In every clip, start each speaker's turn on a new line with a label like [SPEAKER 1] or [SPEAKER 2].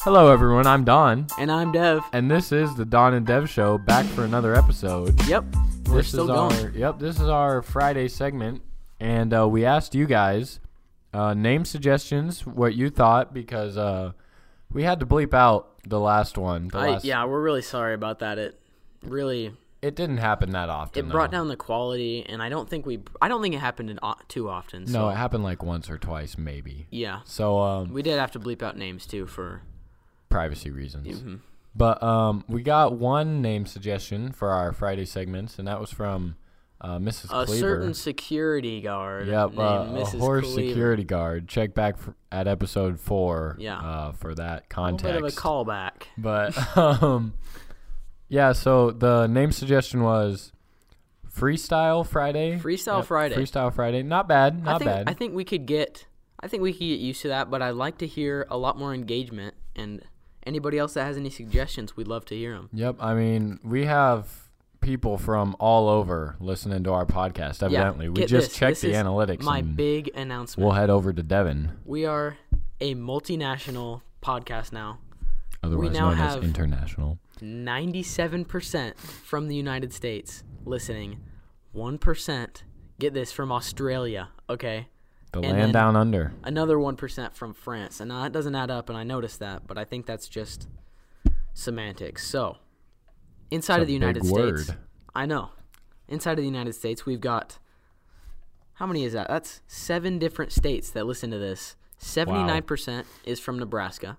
[SPEAKER 1] Hello, everyone. I'm Don,
[SPEAKER 2] And I'm Dev.
[SPEAKER 1] and this is the Don and Dev Show. Back for another episode.
[SPEAKER 2] Yep. We're
[SPEAKER 1] this
[SPEAKER 2] still
[SPEAKER 1] is
[SPEAKER 2] going.
[SPEAKER 1] Our, yep, this is our Friday segment, and uh, we asked you guys uh, name suggestions, what you thought, because uh, we had to bleep out the last one. The
[SPEAKER 2] I,
[SPEAKER 1] last,
[SPEAKER 2] yeah, we're really sorry about that. It really
[SPEAKER 1] it didn't happen that often.
[SPEAKER 2] it brought
[SPEAKER 1] though.
[SPEAKER 2] down the quality, and I don't think we I don't think it happened in, o- too often. So,
[SPEAKER 1] No, it happened like once or twice, maybe.
[SPEAKER 2] yeah,
[SPEAKER 1] So um,
[SPEAKER 2] we did have to bleep out names too for
[SPEAKER 1] privacy reasons. But um, we got one name suggestion for our Friday segments, and that was from uh, Mrs.
[SPEAKER 2] a
[SPEAKER 1] Cleaver.
[SPEAKER 2] certain security guard
[SPEAKER 1] Yep,
[SPEAKER 2] named
[SPEAKER 1] uh, a
[SPEAKER 2] Mrs.
[SPEAKER 1] horse
[SPEAKER 2] Cleaver.
[SPEAKER 1] security guard. Check back f at episode four
[SPEAKER 2] Yeah.
[SPEAKER 1] uh, for that
[SPEAKER 2] A little
[SPEAKER 1] context.
[SPEAKER 2] bit of a callback.
[SPEAKER 1] But um, yeah, so the name suggestion was Freestyle Friday.
[SPEAKER 2] Freestyle
[SPEAKER 1] Yep,
[SPEAKER 2] Friday.
[SPEAKER 1] Freestyle Friday. Not bad. Not
[SPEAKER 2] I think
[SPEAKER 1] bad.
[SPEAKER 2] I think we could get I think we could get used to that, but I'd like to hear a lot more engagement and anybody else that has any suggestions, we'd love to hear them.
[SPEAKER 1] yep. I mean, we have people from all over listening to our podcast. Evidently, we
[SPEAKER 2] get
[SPEAKER 1] just
[SPEAKER 2] this.
[SPEAKER 1] checked
[SPEAKER 2] This
[SPEAKER 1] the
[SPEAKER 2] is
[SPEAKER 1] analytics.
[SPEAKER 2] My
[SPEAKER 1] and
[SPEAKER 2] big announcement.
[SPEAKER 1] we'll head over to Devon,
[SPEAKER 2] We are a multinational podcast now.
[SPEAKER 1] otherwise
[SPEAKER 2] now
[SPEAKER 1] known as
[SPEAKER 2] have-
[SPEAKER 1] international.
[SPEAKER 2] 97% from the United States listening. 1% get this from Australia, okay?
[SPEAKER 1] The
[SPEAKER 2] and
[SPEAKER 1] land
[SPEAKER 2] then-
[SPEAKER 1] down under.
[SPEAKER 2] Another 1% from France. And now that doesn't add up and I noticed that, but I think that's just semantics. So, inside
[SPEAKER 1] It's a
[SPEAKER 2] of the United
[SPEAKER 1] big
[SPEAKER 2] States,
[SPEAKER 1] word.
[SPEAKER 2] I know. Inside of the United States, we've got how many is that? That's seven different states that listen to this. Seventy-nine percent is from Nebraska.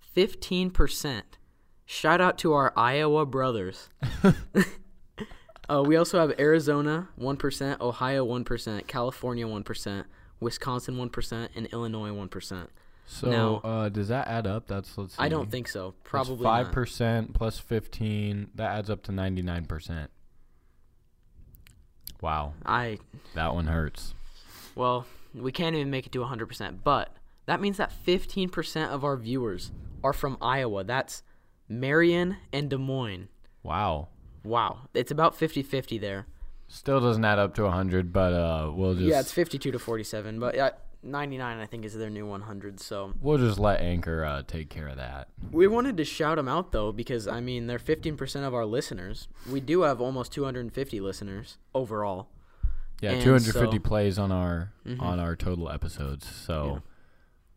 [SPEAKER 2] Fifteen percent. Shout out to our Iowa brothers. uh, we also have Arizona one percent, Ohio one percent, California one percent, Wisconsin one percent, and Illinois one percent.
[SPEAKER 1] So
[SPEAKER 2] Now-
[SPEAKER 1] uh, does that add up? That's let's. See.
[SPEAKER 2] I don't think so. Probably
[SPEAKER 1] five
[SPEAKER 2] not.
[SPEAKER 1] percent plus fifteen. That adds up to ninety nine percent. Wow,
[SPEAKER 2] I
[SPEAKER 1] that one hurts.
[SPEAKER 2] Well, we can't even make it to 100%, but that means that 15% of our viewers are from Iowa. That's Marion and Des Moines.
[SPEAKER 1] Wow,
[SPEAKER 2] Wow. It's about 50 50 there.
[SPEAKER 1] still doesn't add up to hundred, but uh, we'll just
[SPEAKER 2] Yeah, it's 52 to 47, but uh, 99, I think, is their new 100. So
[SPEAKER 1] we'll just let Anchor uh, take care of that.
[SPEAKER 2] we wanted to shout them out, though, because, I mean, they're 15% of our listeners. We do have almost 250 listeners overall.
[SPEAKER 1] Yeah,
[SPEAKER 2] And
[SPEAKER 1] two hundred fifty
[SPEAKER 2] so- Mm-hmm.
[SPEAKER 1] plays on our on our total episodes. So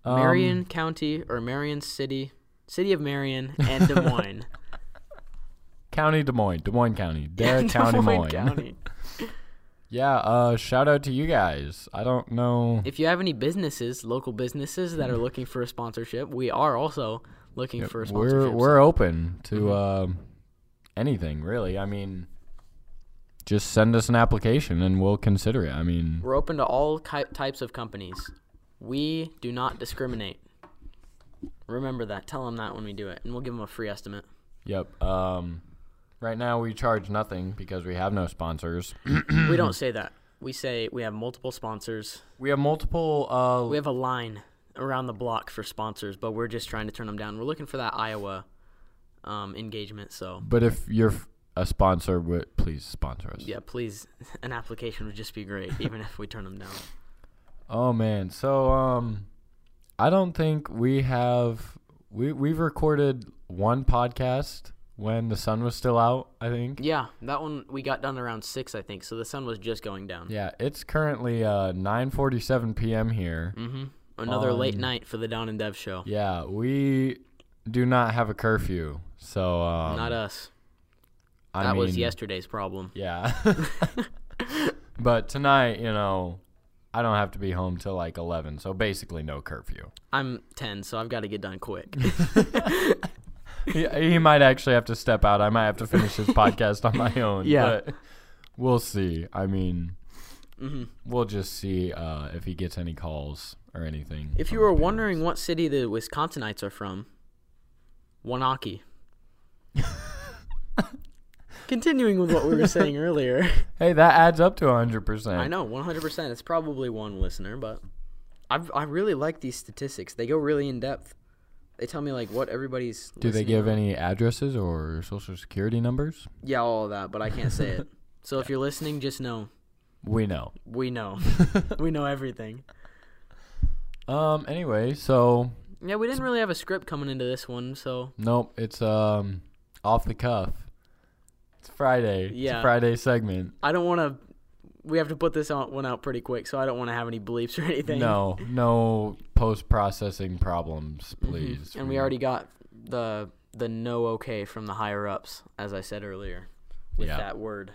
[SPEAKER 1] um,
[SPEAKER 2] Marion County or Marion City, City of Marion and Des Moines.
[SPEAKER 1] County Des Moines, Des Moines County, Dare
[SPEAKER 2] Des
[SPEAKER 1] County, Des Moines.
[SPEAKER 2] County.
[SPEAKER 1] Yeah, uh, shout out to you guys. I don't know.
[SPEAKER 2] If you have any businesses, local businesses that are looking for a sponsorship, we are also looking for a
[SPEAKER 1] we're
[SPEAKER 2] sponsorship.
[SPEAKER 1] we're open to um, anything really. I mean, just send us an application and we'll consider it. I mean,
[SPEAKER 2] We're open to all ki- types of companies. We do not discriminate. Remember that. Tell them that when we do it, and we'll give them a free estimate.
[SPEAKER 1] yep. Um, right now we charge nothing because we have no sponsors.
[SPEAKER 2] we don't say that. We say we have multiple sponsors.
[SPEAKER 1] we have multiple. Uh,
[SPEAKER 2] We have a line around the block for sponsors, but we're just trying to turn them down. We're looking for that Iowa um, engagement. So
[SPEAKER 1] but if you're f- a sponsor, w- please sponsor us.
[SPEAKER 2] yeah, please, an application would just be great, even if we turn them down.
[SPEAKER 1] Oh man, so um, I don't think we have we we've recorded one podcast when the sun was still out. I think.
[SPEAKER 2] Yeah, that one we got done around six, I think. So the sun was just going down.
[SPEAKER 1] Yeah, it's currently uh 9:47 p.m. here.
[SPEAKER 2] hmm Another late
[SPEAKER 1] On-
[SPEAKER 2] night for the Don and Dev show.
[SPEAKER 1] Yeah, we do not have a curfew, so um,
[SPEAKER 2] Not us.
[SPEAKER 1] I
[SPEAKER 2] That was
[SPEAKER 1] mean,
[SPEAKER 2] yesterday's problem.
[SPEAKER 1] Yeah, but tonight, you know, I don't have to be home till like 11, so basically no curfew.
[SPEAKER 2] I'm ten, so I've got to get done quick.
[SPEAKER 1] he, he might actually have to step out. I might have to finish this podcast on my own.
[SPEAKER 2] Yeah.
[SPEAKER 1] but we'll see. I mean,
[SPEAKER 2] Mhm.
[SPEAKER 1] we'll just see uh, if he gets any calls or anything.
[SPEAKER 2] if
[SPEAKER 1] from
[SPEAKER 2] you
[SPEAKER 1] his
[SPEAKER 2] were
[SPEAKER 1] parents.
[SPEAKER 2] wondering what city the Wisconsinites are from, Wanaki. Continuing with what we were saying earlier,
[SPEAKER 1] hey, that adds up to 100%.
[SPEAKER 2] I know 100%. It's probably one listener, but I've, I really like these statistics. They go really in depth. They tell me like what everybody's.
[SPEAKER 1] Do they
[SPEAKER 2] listening
[SPEAKER 1] give
[SPEAKER 2] on.
[SPEAKER 1] any addresses or social security numbers?
[SPEAKER 2] Yeah, all of that, but I can't say it. So if you're listening, just know
[SPEAKER 1] We know.
[SPEAKER 2] we know. we know everything.
[SPEAKER 1] Um. Anyway, so
[SPEAKER 2] Yeah, we didn't really have a script coming into this one, so
[SPEAKER 1] Nope, it's um off the cuff. It's Friday. It's
[SPEAKER 2] Yeah.
[SPEAKER 1] a Friday segment.
[SPEAKER 2] I don't want to. We have to put this out, one out pretty quick, so I don't want to have any bleeps or anything.
[SPEAKER 1] No, no post processing problems,
[SPEAKER 2] Mhm.
[SPEAKER 1] please.
[SPEAKER 2] And we already got the the no okay from the higher ups, as I said earlier, with
[SPEAKER 1] Yeah.
[SPEAKER 2] that word.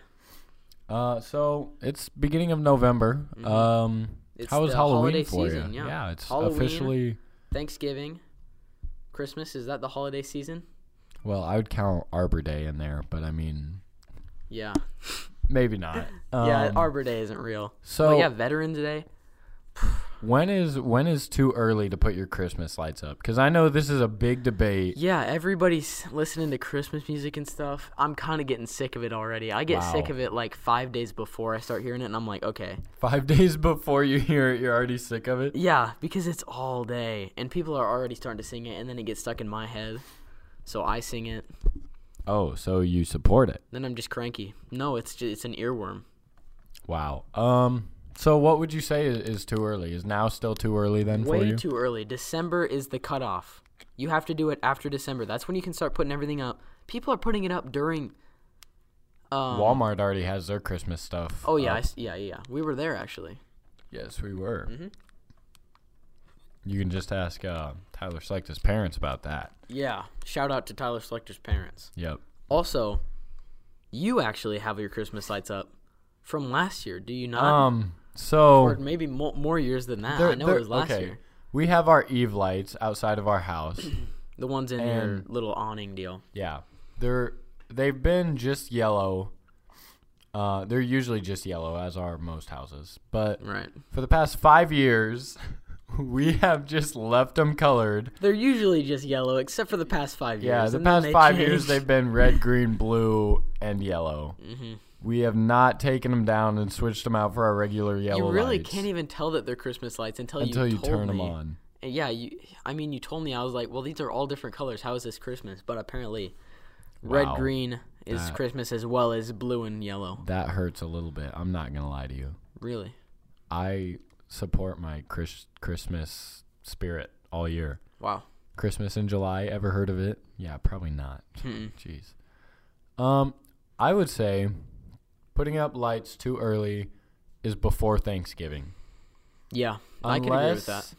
[SPEAKER 1] Uh, so it's beginning of November.
[SPEAKER 2] Mhm.
[SPEAKER 1] Um,
[SPEAKER 2] It's
[SPEAKER 1] how was
[SPEAKER 2] the
[SPEAKER 1] Halloween
[SPEAKER 2] holiday
[SPEAKER 1] for
[SPEAKER 2] season,
[SPEAKER 1] you?
[SPEAKER 2] yeah.
[SPEAKER 1] it's
[SPEAKER 2] Halloween.
[SPEAKER 1] officially.
[SPEAKER 2] Thanksgiving, Christmas is that the holiday season?
[SPEAKER 1] Well, I would count Arbor Day in there, but I mean,
[SPEAKER 2] Yeah.
[SPEAKER 1] maybe not. Um,
[SPEAKER 2] yeah. Arbor Day isn't real.
[SPEAKER 1] so
[SPEAKER 2] but yeah, Veterans Day.
[SPEAKER 1] when is when is too early to put your Christmas lights up? Because I know this is a big debate.
[SPEAKER 2] Yeah, everybody's listening to Christmas music and stuff. I'm kind of getting sick of it already. I get sick
[SPEAKER 1] Wow.
[SPEAKER 2] of it like five days before I start hearing it, and I'm like, okay,
[SPEAKER 1] Five days before you hear it, you're already sick of it.
[SPEAKER 2] Yeah, because it's all day, and people are already starting to sing it, and then it gets stuck in my head. So I sing it,
[SPEAKER 1] Oh, so you support it?
[SPEAKER 2] then I'm just cranky. No, it's just, it's an earworm.
[SPEAKER 1] Wow. Um. So what would you say is, is too early? Is now still too early then for
[SPEAKER 2] Way
[SPEAKER 1] you?
[SPEAKER 2] too early. December is the cutoff. You have to do it after December. That's when you can start putting everything up. People are putting it up during. Um,
[SPEAKER 1] Walmart already has their Christmas stuff.
[SPEAKER 2] Oh yeah,
[SPEAKER 1] up.
[SPEAKER 2] I s yeah, yeah, yeah. We were there actually.
[SPEAKER 1] Yes, we were.
[SPEAKER 2] Mm-hmm.
[SPEAKER 1] You can just ask uh, Tyler Select his parents about that.
[SPEAKER 2] Yeah. Shout out to Tyler Selector's parents.
[SPEAKER 1] Yep.
[SPEAKER 2] Also, you actually have your Christmas lights up from last year, do you not?
[SPEAKER 1] Um.
[SPEAKER 2] or
[SPEAKER 1] So
[SPEAKER 2] maybe mo- more years than that. I
[SPEAKER 1] there-
[SPEAKER 2] know
[SPEAKER 1] there-
[SPEAKER 2] it was last
[SPEAKER 1] okay.
[SPEAKER 2] year.
[SPEAKER 1] We have our Eve lights outside of our house.
[SPEAKER 2] The ones in your
[SPEAKER 1] And-
[SPEAKER 2] little awning deal.
[SPEAKER 1] yeah. They're they've been just yellow. Uh, they're usually just yellow, as are most houses. But
[SPEAKER 2] Right.
[SPEAKER 1] for the past five years, we have just left them colored.
[SPEAKER 2] They're usually just yellow, except for the past five years.
[SPEAKER 1] Yeah, the
[SPEAKER 2] and then
[SPEAKER 1] past
[SPEAKER 2] they
[SPEAKER 1] five years
[SPEAKER 2] changed.
[SPEAKER 1] they've been red, green, blue, and yellow.
[SPEAKER 2] Mm-hmm.
[SPEAKER 1] We have not taken them down and switched them out for our regular yellow
[SPEAKER 2] You really
[SPEAKER 1] lights
[SPEAKER 2] can't even tell that they're Christmas lights until,
[SPEAKER 1] until you,
[SPEAKER 2] told
[SPEAKER 1] turn
[SPEAKER 2] me.
[SPEAKER 1] them on.
[SPEAKER 2] And Yeah, you. I mean, you told me I was like, well, these are all different colors. How is this Christmas? But apparently,
[SPEAKER 1] Wow.
[SPEAKER 2] red green is
[SPEAKER 1] That-
[SPEAKER 2] Christmas as well as blue and yellow.
[SPEAKER 1] That hurts a little bit. I'm not gonna lie to you.
[SPEAKER 2] Really.
[SPEAKER 1] I support my Chris- Christmas spirit all year.
[SPEAKER 2] Wow.
[SPEAKER 1] Christmas in July. Ever heard of it? Yeah, probably not.
[SPEAKER 2] Hmm.
[SPEAKER 1] Jeez. Um, I would say putting up lights too early is before Thanksgiving.
[SPEAKER 2] Yeah, I can agree with that.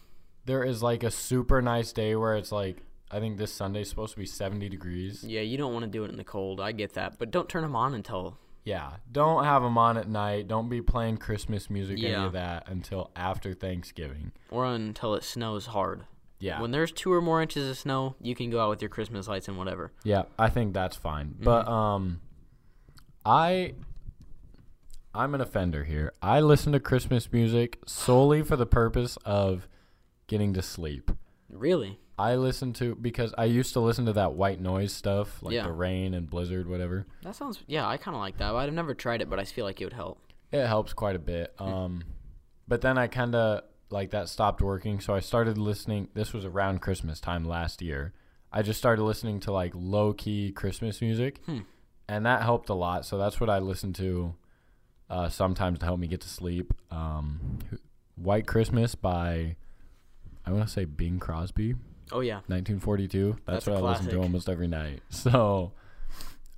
[SPEAKER 1] There is like a super nice day where it's like I think this Sunday's supposed to be 70 degrees.
[SPEAKER 2] Yeah, you don't want to do it in the cold. I get that, but don't turn them on until
[SPEAKER 1] Yeah, don't have them on at night. Don't be playing Christmas music any
[SPEAKER 2] Yeah.
[SPEAKER 1] of that until after Thanksgiving.
[SPEAKER 2] or until it snows hard.
[SPEAKER 1] Yeah.
[SPEAKER 2] When there's two or more inches of snow, you can go out with your Christmas lights and whatever.
[SPEAKER 1] Yeah, I think that's fine. But um I I'm an offender here. I listen to Christmas music solely for the purpose of getting to sleep.
[SPEAKER 2] Really?
[SPEAKER 1] I listen to because I used to listen to that white noise stuff, like
[SPEAKER 2] Yeah.
[SPEAKER 1] the rain and blizzard, whatever.
[SPEAKER 2] That sounds yeah, I kind of like that. I've never tried it, but I feel like it would help.
[SPEAKER 1] It helps quite a bit. Um but then I kind of like that stopped working, so I started listening. This was around Christmas time last year. I just started listening to like low key Christmas music,
[SPEAKER 2] Hmm.
[SPEAKER 1] and that helped a lot. So that's what I listen to uh, sometimes to help me get to sleep. Um, White Christmas by I want to say Bing Crosby.
[SPEAKER 2] Oh yeah.
[SPEAKER 1] 1942. That's,
[SPEAKER 2] That's a
[SPEAKER 1] what I listen to
[SPEAKER 2] classic.
[SPEAKER 1] almost every night. So,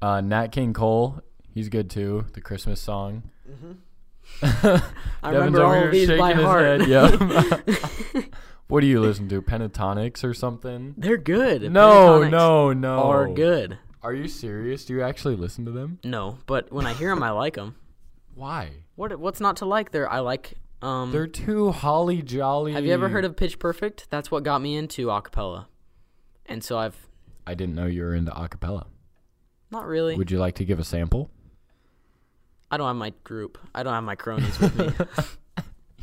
[SPEAKER 1] uh, Nat King Cole, he's good too. The Christmas song.
[SPEAKER 2] I
[SPEAKER 1] Devin's
[SPEAKER 2] remember
[SPEAKER 1] over
[SPEAKER 2] all
[SPEAKER 1] here
[SPEAKER 2] of these by
[SPEAKER 1] shaking his
[SPEAKER 2] heart.
[SPEAKER 1] head. Yep. what do you listen to? Pentatonics or something?
[SPEAKER 2] They're good.
[SPEAKER 1] No,
[SPEAKER 2] Pentatonics
[SPEAKER 1] no, no.
[SPEAKER 2] Are good.
[SPEAKER 1] Are you serious? Do you actually listen to them?
[SPEAKER 2] No, but when I hear them I like them.
[SPEAKER 1] Why?
[SPEAKER 2] What what's not to like? There I like um
[SPEAKER 1] They're too holly jolly.
[SPEAKER 2] Have you ever heard of Pitch Perfect? That's what got me into acapella. And so I've
[SPEAKER 1] I didn't know you were into acapella.
[SPEAKER 2] not really.
[SPEAKER 1] Would you like to give a sample?
[SPEAKER 2] I don't have my group. I don't have my cronies with me.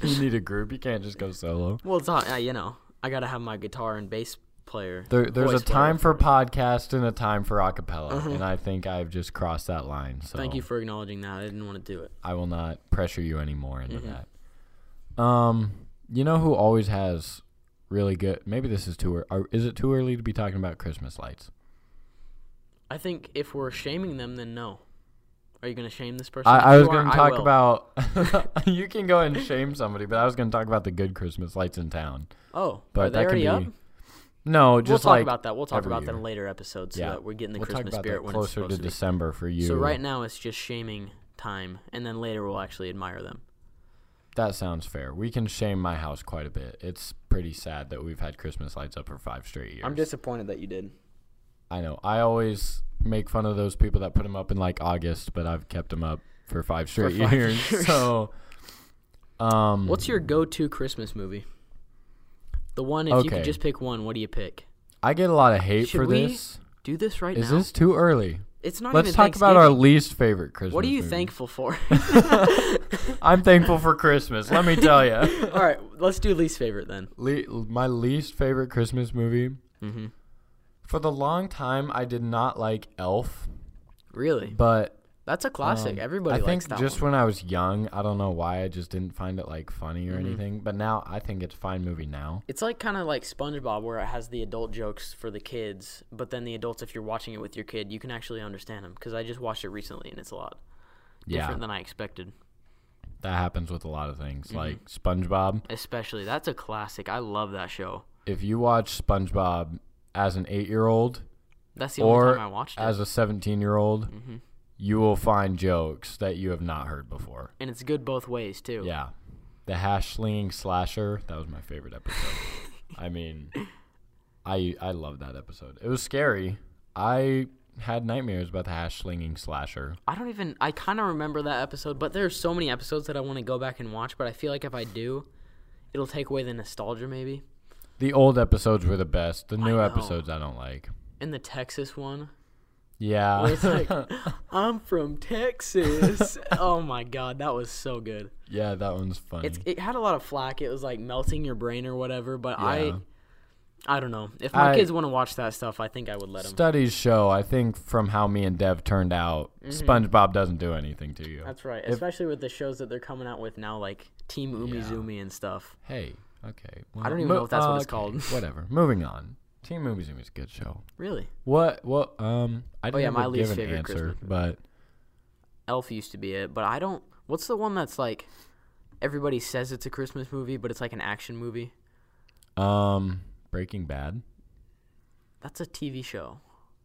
[SPEAKER 1] You need a group. You can't just go solo.
[SPEAKER 2] Well, it's not, uh, you know, I got to have my guitar and bass player.
[SPEAKER 1] There, there's
[SPEAKER 2] voice
[SPEAKER 1] a time for
[SPEAKER 2] player
[SPEAKER 1] podcast and a time for acapella, and I think I've just crossed that line. So
[SPEAKER 2] Uh-huh. Thank you for acknowledging that. I didn't want to do it.
[SPEAKER 1] I will not pressure you anymore into
[SPEAKER 2] Mm-hmm.
[SPEAKER 1] that. Um, you know who always has really good? Maybe this is too early. Is it too early to be talking about Christmas lights?
[SPEAKER 2] I think if we're shaming them, then no. Are you going to shame this person?
[SPEAKER 1] I,
[SPEAKER 2] If
[SPEAKER 1] I
[SPEAKER 2] you
[SPEAKER 1] was
[SPEAKER 2] are,
[SPEAKER 1] going to
[SPEAKER 2] I
[SPEAKER 1] talk
[SPEAKER 2] will.
[SPEAKER 1] about. you can go and shame somebody, but I was going to talk about the good Christmas lights in town.
[SPEAKER 2] Oh,
[SPEAKER 1] But
[SPEAKER 2] are they
[SPEAKER 1] that can
[SPEAKER 2] already
[SPEAKER 1] be.
[SPEAKER 2] up?
[SPEAKER 1] No,
[SPEAKER 2] we'll
[SPEAKER 1] just
[SPEAKER 2] talk
[SPEAKER 1] like
[SPEAKER 2] about that. We'll talk
[SPEAKER 1] every
[SPEAKER 2] about that
[SPEAKER 1] year.
[SPEAKER 2] in later episodes so
[SPEAKER 1] Yeah.
[SPEAKER 2] that we're getting the
[SPEAKER 1] we'll
[SPEAKER 2] Christmas
[SPEAKER 1] talk about
[SPEAKER 2] spirit
[SPEAKER 1] that
[SPEAKER 2] when it's
[SPEAKER 1] closer
[SPEAKER 2] supposed
[SPEAKER 1] to
[SPEAKER 2] to be.
[SPEAKER 1] December for you.
[SPEAKER 2] So right now it's just shaming time, and then later we'll actually admire them.
[SPEAKER 1] that sounds fair. We can shame my house quite a bit. It's pretty sad that we've had Christmas lights up for five straight years.
[SPEAKER 2] disappointed that you did.
[SPEAKER 1] I know. I always make fun of those people that put them up in like August, but I've kept them up for five straight
[SPEAKER 2] five
[SPEAKER 1] years.
[SPEAKER 2] years.
[SPEAKER 1] So, um,
[SPEAKER 2] What's your go-to Christmas movie? The one, if you
[SPEAKER 1] Okay.
[SPEAKER 2] could just pick one, what do you pick?
[SPEAKER 1] I get a lot of hate
[SPEAKER 2] Should
[SPEAKER 1] for
[SPEAKER 2] we-
[SPEAKER 1] this.
[SPEAKER 2] Do this right
[SPEAKER 1] Is
[SPEAKER 2] now.
[SPEAKER 1] this too early?
[SPEAKER 2] It's not
[SPEAKER 1] Let's
[SPEAKER 2] even
[SPEAKER 1] talk about our
[SPEAKER 2] Thanksgiving.
[SPEAKER 1] least favorite Christmas.
[SPEAKER 2] What are you
[SPEAKER 1] movie.
[SPEAKER 2] thankful for?
[SPEAKER 1] I'm thankful for Christmas. Let me tell you.
[SPEAKER 2] All right, let's do least favorite then.
[SPEAKER 1] Le- my least favorite Christmas movie.
[SPEAKER 2] Mm-hmm.
[SPEAKER 1] For the long time, I did not like Elf,
[SPEAKER 2] Really,
[SPEAKER 1] but
[SPEAKER 2] that's a classic.
[SPEAKER 1] Um,
[SPEAKER 2] Everybody
[SPEAKER 1] I
[SPEAKER 2] likes
[SPEAKER 1] think
[SPEAKER 2] that
[SPEAKER 1] just
[SPEAKER 2] one.
[SPEAKER 1] when I was young, I don't know why I just didn't find it like funny or
[SPEAKER 2] Mhm.
[SPEAKER 1] anything. But now I think it's a fine movie now.
[SPEAKER 2] It's like kind of like SpongeBob, where it has the adult jokes for the kids, but then the adults, if you're watching it with your kid, you can actually understand them. Because I just watched it recently, and it's a lot
[SPEAKER 1] Yeah,
[SPEAKER 2] different than Mm-hmm. I expected.
[SPEAKER 1] that happens with a lot of things. Like SpongeBob.
[SPEAKER 2] Especially that's a classic. I love that show.
[SPEAKER 1] If you watch SpongeBob as an eight-year-old
[SPEAKER 2] That's the only
[SPEAKER 1] or
[SPEAKER 2] time I watched it,
[SPEAKER 1] as a seventeen-year-old,
[SPEAKER 2] Mhm.
[SPEAKER 1] you will find jokes that you have not heard before.
[SPEAKER 2] and it's good both ways too.
[SPEAKER 1] Yeah, the hash slinging slasher. That was my favorite episode. I mean, I I love that episode. It was scary. I had nightmares about the hash slinging slasher.
[SPEAKER 2] I don't even. I kind of remember that episode, but there's so many episodes that I want to go back and watch. But I feel like if I do, it'll take away the nostalgia maybe.
[SPEAKER 1] The old episodes were the best. The new
[SPEAKER 2] know.
[SPEAKER 1] episodes I don't like.
[SPEAKER 2] And the Texas one,
[SPEAKER 1] Yeah.
[SPEAKER 2] where it's like, I'm from Texas. oh my god, that was so good.
[SPEAKER 1] yeah, that one's funny.
[SPEAKER 2] It's it had a lot of flack. It was like melting your brain or whatever. But
[SPEAKER 1] Yeah.
[SPEAKER 2] I, I don't know. If my
[SPEAKER 1] I-
[SPEAKER 2] kids want to watch that stuff, I think I would let them.
[SPEAKER 1] Studies show, I think, from how me and Dev turned out, SpongeBob doesn't do anything to you.
[SPEAKER 2] Mm-hmm. That's right, especially with the shows that they're coming out with now, like Team Umi
[SPEAKER 1] Yeah.
[SPEAKER 2] Zoomy and stuff.
[SPEAKER 1] hey, okay. well,
[SPEAKER 2] I don't even know if that's what it's called.
[SPEAKER 1] Whatever. Moving on. Team Movie Zoom is a good show.
[SPEAKER 2] Really,
[SPEAKER 1] What? What? Um, I didn't
[SPEAKER 2] Oh, yeah,
[SPEAKER 1] ever
[SPEAKER 2] my least
[SPEAKER 1] give an
[SPEAKER 2] favorite
[SPEAKER 1] answer,
[SPEAKER 2] Christmas
[SPEAKER 1] but
[SPEAKER 2] Elf used to be it, but I don't. What's the one that's like? Everybody says it's a Christmas movie, but it's like an action movie.
[SPEAKER 1] um, Breaking Bad.
[SPEAKER 2] That's a TV show.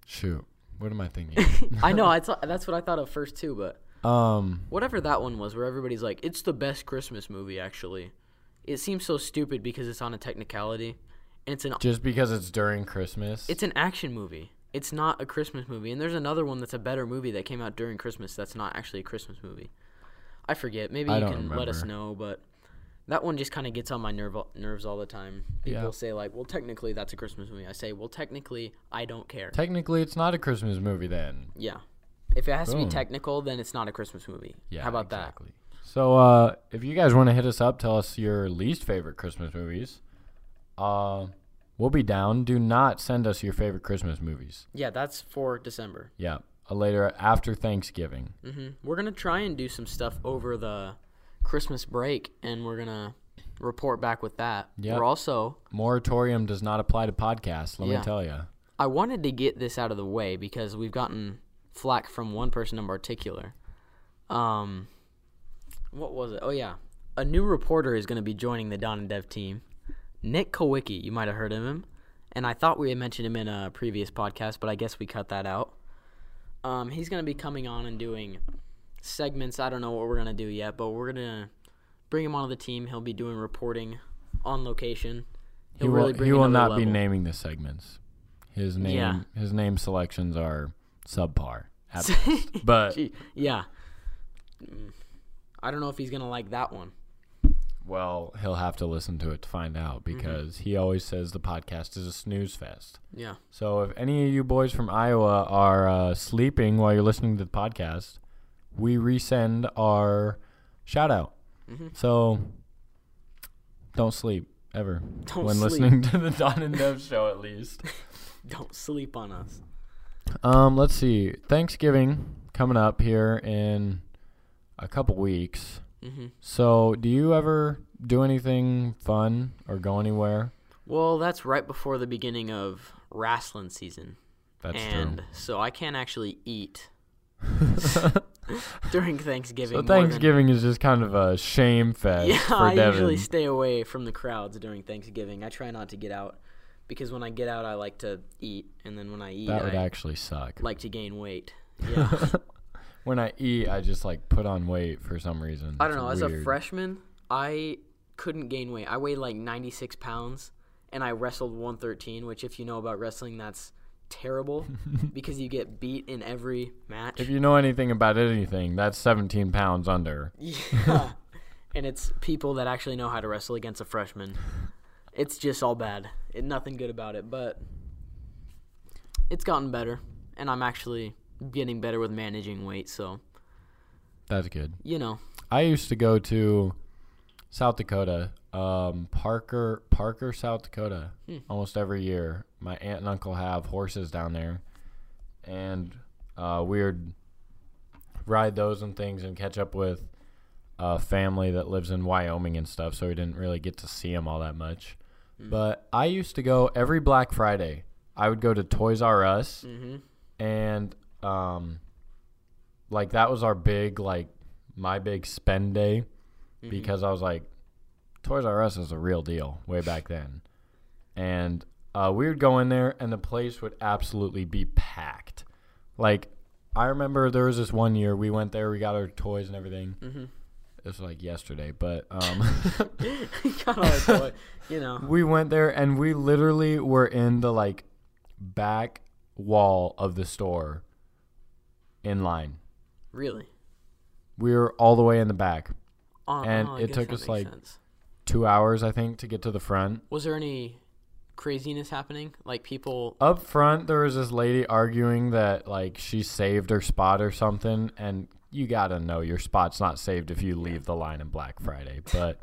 [SPEAKER 1] Shoot, what am I thinking?
[SPEAKER 2] I know. I thought that's what I thought of first too, but
[SPEAKER 1] um,
[SPEAKER 2] whatever that one was, where everybody's like, "It's the best Christmas movie." Actually, it seems so stupid because it's on a technicality, and it's an
[SPEAKER 1] just because it's during Christmas.
[SPEAKER 2] it's an action movie. It's not a Christmas movie. And there's another one that's a better movie that came out during Christmas that's not actually a Christmas movie. I forget. Maybe
[SPEAKER 1] I
[SPEAKER 2] you
[SPEAKER 1] don't
[SPEAKER 2] can let us
[SPEAKER 1] remember.
[SPEAKER 2] know, but that one just kind of gets on my nerve, nerves all the time. People
[SPEAKER 1] Yeah.
[SPEAKER 2] say like, "Well, technically that's a Christmas movie." I say, "Well, technically I don't care."
[SPEAKER 1] technically it's not a Christmas movie then.
[SPEAKER 2] yeah. If it has to
[SPEAKER 1] Boom.
[SPEAKER 2] be technical, then it's not a Christmas movie.
[SPEAKER 1] Yeah.
[SPEAKER 2] How about
[SPEAKER 1] exactly. So, uh, if you guys want to hit us up, tell us your least favorite Christmas movies. Uh, we'll be down. Do not send us your favorite Christmas movies.
[SPEAKER 2] that? Yeah, that's for December.
[SPEAKER 1] Yeah, a later after Thanksgiving.
[SPEAKER 2] hmm We're gonna try and do some stuff over the Christmas break, and we're gonna report back with that.
[SPEAKER 1] Yeah.
[SPEAKER 2] We're also
[SPEAKER 1] Moratorium does not apply to podcasts. Let
[SPEAKER 2] Yeah.
[SPEAKER 1] me tell you.
[SPEAKER 2] I wanted to get this out of the way because we've gotten flack from one person in particular. Um, what was it? Oh yeah, a new reporter is going to be joining the Don and Dev team. Nick Kowicki, you might have heard of him, and I thought we had mentioned him in a previous podcast, but I guess we cut that out. Um, he's going to be coming on and doing segments. I don't know what we're going to do yet, but we're going to bring him onto the team. He'll be doing reporting on location.
[SPEAKER 1] He will, he will
[SPEAKER 2] another
[SPEAKER 1] not be
[SPEAKER 2] level.
[SPEAKER 1] naming the segments. His name
[SPEAKER 2] Yeah.
[SPEAKER 1] his name selections are subpar. at best. but
[SPEAKER 2] Gee, yeah. Mm. I don't know if he's gonna like that one.
[SPEAKER 1] well, he'll have to listen to it to find out
[SPEAKER 2] Mm-hmm.
[SPEAKER 1] because he always says the podcast is a snooze fest.
[SPEAKER 2] Yeah.
[SPEAKER 1] So if any of you boys from Iowa are uh, sleeping while you're listening to the podcast, we resend our shout out.
[SPEAKER 2] Mm-hmm.
[SPEAKER 1] So don't sleep ever
[SPEAKER 2] Don't
[SPEAKER 1] when
[SPEAKER 2] sleep.
[SPEAKER 1] listening to the Don and Dev show at least.
[SPEAKER 2] Don't sleep on us.
[SPEAKER 1] Um, let's see. Thanksgiving coming up here in a couple weeks.
[SPEAKER 2] hmm
[SPEAKER 1] So, do you ever do anything fun or go anywhere?
[SPEAKER 2] Well, that's right before the beginning of wrestling season,
[SPEAKER 1] That's
[SPEAKER 2] and so I can't actually eat during Thanksgiving.
[SPEAKER 1] true. So
[SPEAKER 2] more than-
[SPEAKER 1] Thanksgiving is just kind of a shame fest
[SPEAKER 2] yeah,
[SPEAKER 1] for
[SPEAKER 2] I
[SPEAKER 1] Devin.
[SPEAKER 2] usually stay away from the crowds during Thanksgiving. I try not to get out because when I get out, I like to eat, and then when I eat,
[SPEAKER 1] That would
[SPEAKER 2] I
[SPEAKER 1] actually suck.
[SPEAKER 2] like to gain weight. Yeah.
[SPEAKER 1] when I eat, I just like put on weight for some reason.
[SPEAKER 2] I don't
[SPEAKER 1] It's
[SPEAKER 2] know. As a
[SPEAKER 1] weird.
[SPEAKER 2] freshman, I couldn't gain weight. I weighed like 96 pounds, and I wrestled 113, which, if you know about wrestling, that's terrible because you get beat in every match.
[SPEAKER 1] If you know anything about anything, that's 17 pounds under.
[SPEAKER 2] Yeah. and it's people that actually know how to wrestle against a freshman. It's just all bad. It, nothing good about it, but it's gotten better. And I'm actually getting better with managing weight, so,
[SPEAKER 1] That's good.
[SPEAKER 2] you know.
[SPEAKER 1] I used to go to South Dakota, um, Parker, Parker, South Dakota, almost every year. My aunt and uncle have horses down there, and uh, we'd ride those and things and catch up with a family that lives in Wyoming and stuff. So we didn't really get to see them all that much. But I used to go every Black Friday. I would go to Toys R Us
[SPEAKER 2] hmm
[SPEAKER 1] and um like that was our big like my big spend day because I was like Toys R Us is a real deal way back then. And uh, we would go in there and the place would absolutely be packed. Like I remember there was this one year we went there, we got our toys and everything.
[SPEAKER 2] Mhm.
[SPEAKER 1] It was like yesterday, but um
[SPEAKER 2] Got all the toy, you know.
[SPEAKER 1] we went there and we literally were in the like back wall of the store in line.
[SPEAKER 2] Really.
[SPEAKER 1] We were all the way in the back.
[SPEAKER 2] Oh,
[SPEAKER 1] And
[SPEAKER 2] I
[SPEAKER 1] it
[SPEAKER 2] guess
[SPEAKER 1] took
[SPEAKER 2] that
[SPEAKER 1] us,
[SPEAKER 2] makes
[SPEAKER 1] like-
[SPEAKER 2] sense.
[SPEAKER 1] Two hours, I think, to get to the front.
[SPEAKER 2] Was there any craziness happening? Like people.
[SPEAKER 1] Up front, there was this lady arguing that like she saved her spot or something, and you gotta know your spot's not saved if you leave the line in Black Friday. But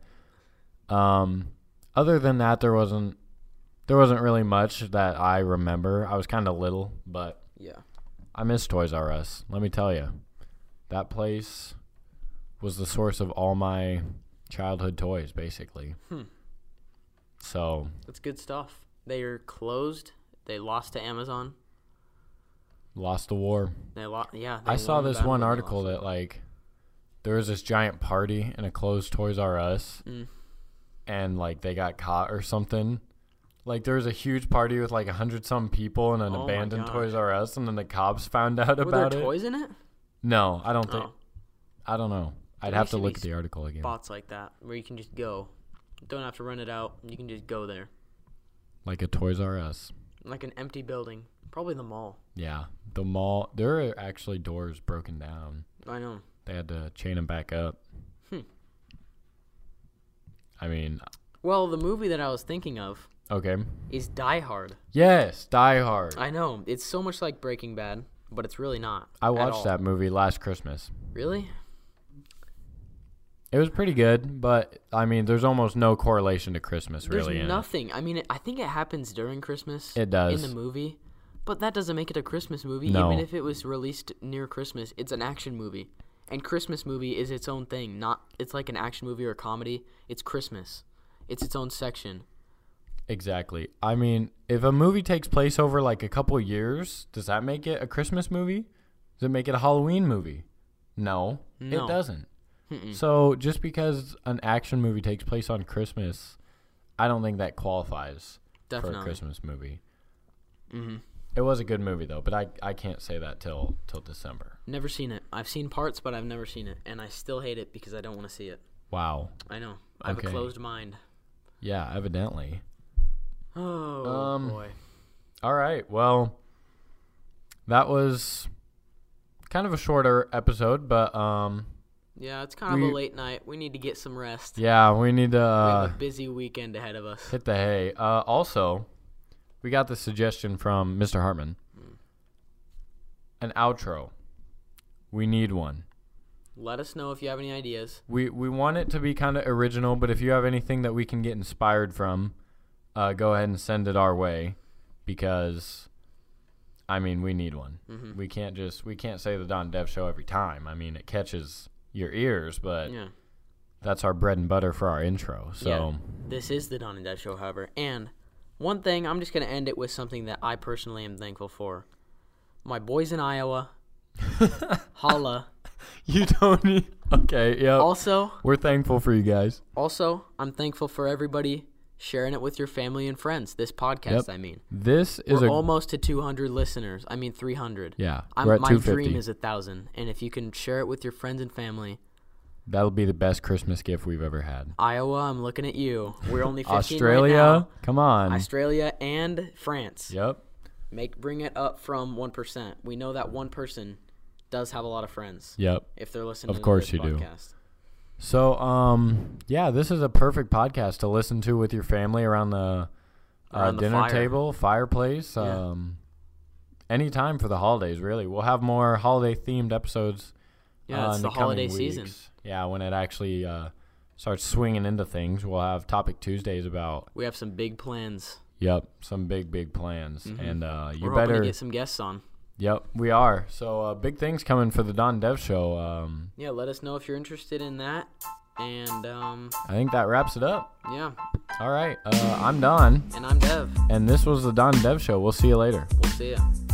[SPEAKER 1] um, other than that, there wasn't there wasn't really much that I remember. I was kind of little, but
[SPEAKER 2] Yeah.
[SPEAKER 1] I miss Toys R Us. Let me tell you, that place was the source of all my childhood toys, basically.
[SPEAKER 2] Hmm.
[SPEAKER 1] So
[SPEAKER 2] That's good stuff. They are closed. They lost to Amazon.
[SPEAKER 1] lost the war.
[SPEAKER 2] They lost. Yeah. they
[SPEAKER 1] I saw
[SPEAKER 2] won the
[SPEAKER 1] this
[SPEAKER 2] battle
[SPEAKER 1] one
[SPEAKER 2] and they
[SPEAKER 1] article
[SPEAKER 2] lost.
[SPEAKER 1] that like there was this giant party in a closed Toys R Us,
[SPEAKER 2] Mm.
[SPEAKER 1] and like they got caught or something. Like there was a huge party with like a hundred some people in an
[SPEAKER 2] Oh my
[SPEAKER 1] abandoned
[SPEAKER 2] gosh.
[SPEAKER 1] Toys R Us, and then the cops found out
[SPEAKER 2] Were there
[SPEAKER 1] about it.
[SPEAKER 2] toys in it?
[SPEAKER 1] No, I don't think.
[SPEAKER 2] Oh,
[SPEAKER 1] I don't know. I'd
[SPEAKER 2] There
[SPEAKER 1] have
[SPEAKER 2] used
[SPEAKER 1] to
[SPEAKER 2] to be
[SPEAKER 1] look at the article again.
[SPEAKER 2] spots like that where you can just go. Don't have to rent it out. You can just go there,
[SPEAKER 1] Like a Toys R Us.
[SPEAKER 2] like an empty building, probably the mall.
[SPEAKER 1] Yeah, the mall. There are actually doors broken down.
[SPEAKER 2] I know.
[SPEAKER 1] They had to chain them back up.
[SPEAKER 2] Hmm.
[SPEAKER 1] I mean,
[SPEAKER 2] Well, the movie that I was thinking of
[SPEAKER 1] okay.
[SPEAKER 2] is Die Hard.
[SPEAKER 1] Yes, Die Hard. I,
[SPEAKER 2] I know it's so much like Breaking Bad, but it's really not. at all.
[SPEAKER 1] watched that movie last Christmas.
[SPEAKER 2] Really?
[SPEAKER 1] It was pretty good, but I mean, there's almost no correlation to Christmas really. in
[SPEAKER 2] There's
[SPEAKER 1] it.
[SPEAKER 2] nothing. I mean, it, I think it happens during Christmas.
[SPEAKER 1] It does.
[SPEAKER 2] in the movie, but that doesn't make it a Christmas movie.
[SPEAKER 1] No.
[SPEAKER 2] Even if it was released near Christmas, it's an action movie, and Christmas movie is its own thing. Not it's like an action movie or a comedy. It's Christmas. It's its own section.
[SPEAKER 1] Exactly. I mean, if a movie takes place over like a couple of years, does that make it a Christmas movie? Does it make it a Halloween movie? No,
[SPEAKER 2] No.
[SPEAKER 1] it doesn't. So just because an action movie takes place on Christmas, I don't think that qualifies for a
[SPEAKER 2] Definitely.
[SPEAKER 1] Christmas movie.
[SPEAKER 2] Mhm.
[SPEAKER 1] It was a good movie though, but I, I can't say that till till December.
[SPEAKER 2] Never seen it. I've seen parts, but I've never seen it, and I still hate it because I don't want to see it.
[SPEAKER 1] Wow.
[SPEAKER 2] I know. I have
[SPEAKER 1] Okay.
[SPEAKER 2] a closed mind.
[SPEAKER 1] Yeah, evidently.
[SPEAKER 2] Oh
[SPEAKER 1] Um,
[SPEAKER 2] boy.
[SPEAKER 1] All right. Well, that was kind of a shorter episode, but um
[SPEAKER 2] Yeah, it's kind of
[SPEAKER 1] we-
[SPEAKER 2] a late night. We need to get some rest.
[SPEAKER 1] yeah, we need to
[SPEAKER 2] we
[SPEAKER 1] uh,
[SPEAKER 2] have a busy weekend ahead of us.
[SPEAKER 1] Hit the hay. Uh, also, we got the suggestion from Mr. Hartman.
[SPEAKER 2] Hmm.
[SPEAKER 1] An outro. We need one.
[SPEAKER 2] Let us know if you have any ideas.
[SPEAKER 1] We we want it to be kind of original, but if you have anything that we can get inspired from, uh, go ahead and send it our way, because, I mean, we need one.
[SPEAKER 2] Mhm.
[SPEAKER 1] We can't just we can't say the Don Dev Show every time. I mean, it catches your ears, but
[SPEAKER 2] Yeah.
[SPEAKER 1] that's our bread and butter for our intro. So.
[SPEAKER 2] Yeah. This is the Don and Dev Show, however. And one thing, I'm just going to end it with something that I personally am thankful for. My boys in Iowa, holla.
[SPEAKER 1] You don't need. Okay, yeah.
[SPEAKER 2] Also,
[SPEAKER 1] We're thankful for you guys.
[SPEAKER 2] also, I'm thankful for everybody sharing it with your family and friends. This podcast,
[SPEAKER 1] Yep.
[SPEAKER 2] I mean.
[SPEAKER 1] This is
[SPEAKER 2] We're
[SPEAKER 1] a
[SPEAKER 2] almost to 200 listeners. I mean 300.
[SPEAKER 1] yeah.
[SPEAKER 2] I'm,
[SPEAKER 1] we're at
[SPEAKER 2] my
[SPEAKER 1] 250.
[SPEAKER 2] dream is a thousand, and if you can share it with your friends and family,
[SPEAKER 1] That'll be the best Christmas gift we've ever had.
[SPEAKER 2] Iowa, I'm looking at you. We're only 15 right
[SPEAKER 1] Australia, Um,
[SPEAKER 2] now.
[SPEAKER 1] come on.
[SPEAKER 2] Australia and France.
[SPEAKER 1] yep.
[SPEAKER 2] Make bring it up from one percent. We know that one person does have a lot of friends
[SPEAKER 1] Yep.
[SPEAKER 2] if they're listening.
[SPEAKER 1] Of
[SPEAKER 2] to
[SPEAKER 1] course
[SPEAKER 2] this
[SPEAKER 1] you do.
[SPEAKER 2] podcast. do.
[SPEAKER 1] So, um, yeah, this is a perfect podcast to listen to with your family around the, uh,
[SPEAKER 2] Around the
[SPEAKER 1] dinner
[SPEAKER 2] fire.
[SPEAKER 1] table, fireplace.
[SPEAKER 2] Yeah.
[SPEAKER 1] Um, anytime for the holidays, really. We'll have more holiday themed episodes. uh,
[SPEAKER 2] Yeah, it's
[SPEAKER 1] in
[SPEAKER 2] the
[SPEAKER 1] coming
[SPEAKER 2] holiday season.
[SPEAKER 1] weeks. Yeah, when it actually uh, starts swinging into things, we'll have topic Tuesdays about
[SPEAKER 2] We have some big plans.
[SPEAKER 1] yep some big big plans, and uh, you
[SPEAKER 2] Mm-hmm. We're hoping
[SPEAKER 1] better
[SPEAKER 2] to get some guests on.
[SPEAKER 1] yep we are. So uh, big things coming for the Don Dev Show. Um,
[SPEAKER 2] Yeah, let us know if you're interested in that. And um,
[SPEAKER 1] I think that wraps it up.
[SPEAKER 2] yeah,
[SPEAKER 1] All right, uh, I'm Don.
[SPEAKER 2] and I'm Dev.
[SPEAKER 1] And this was the Don Dev Show. We'll see you later.
[SPEAKER 2] We'll see ya.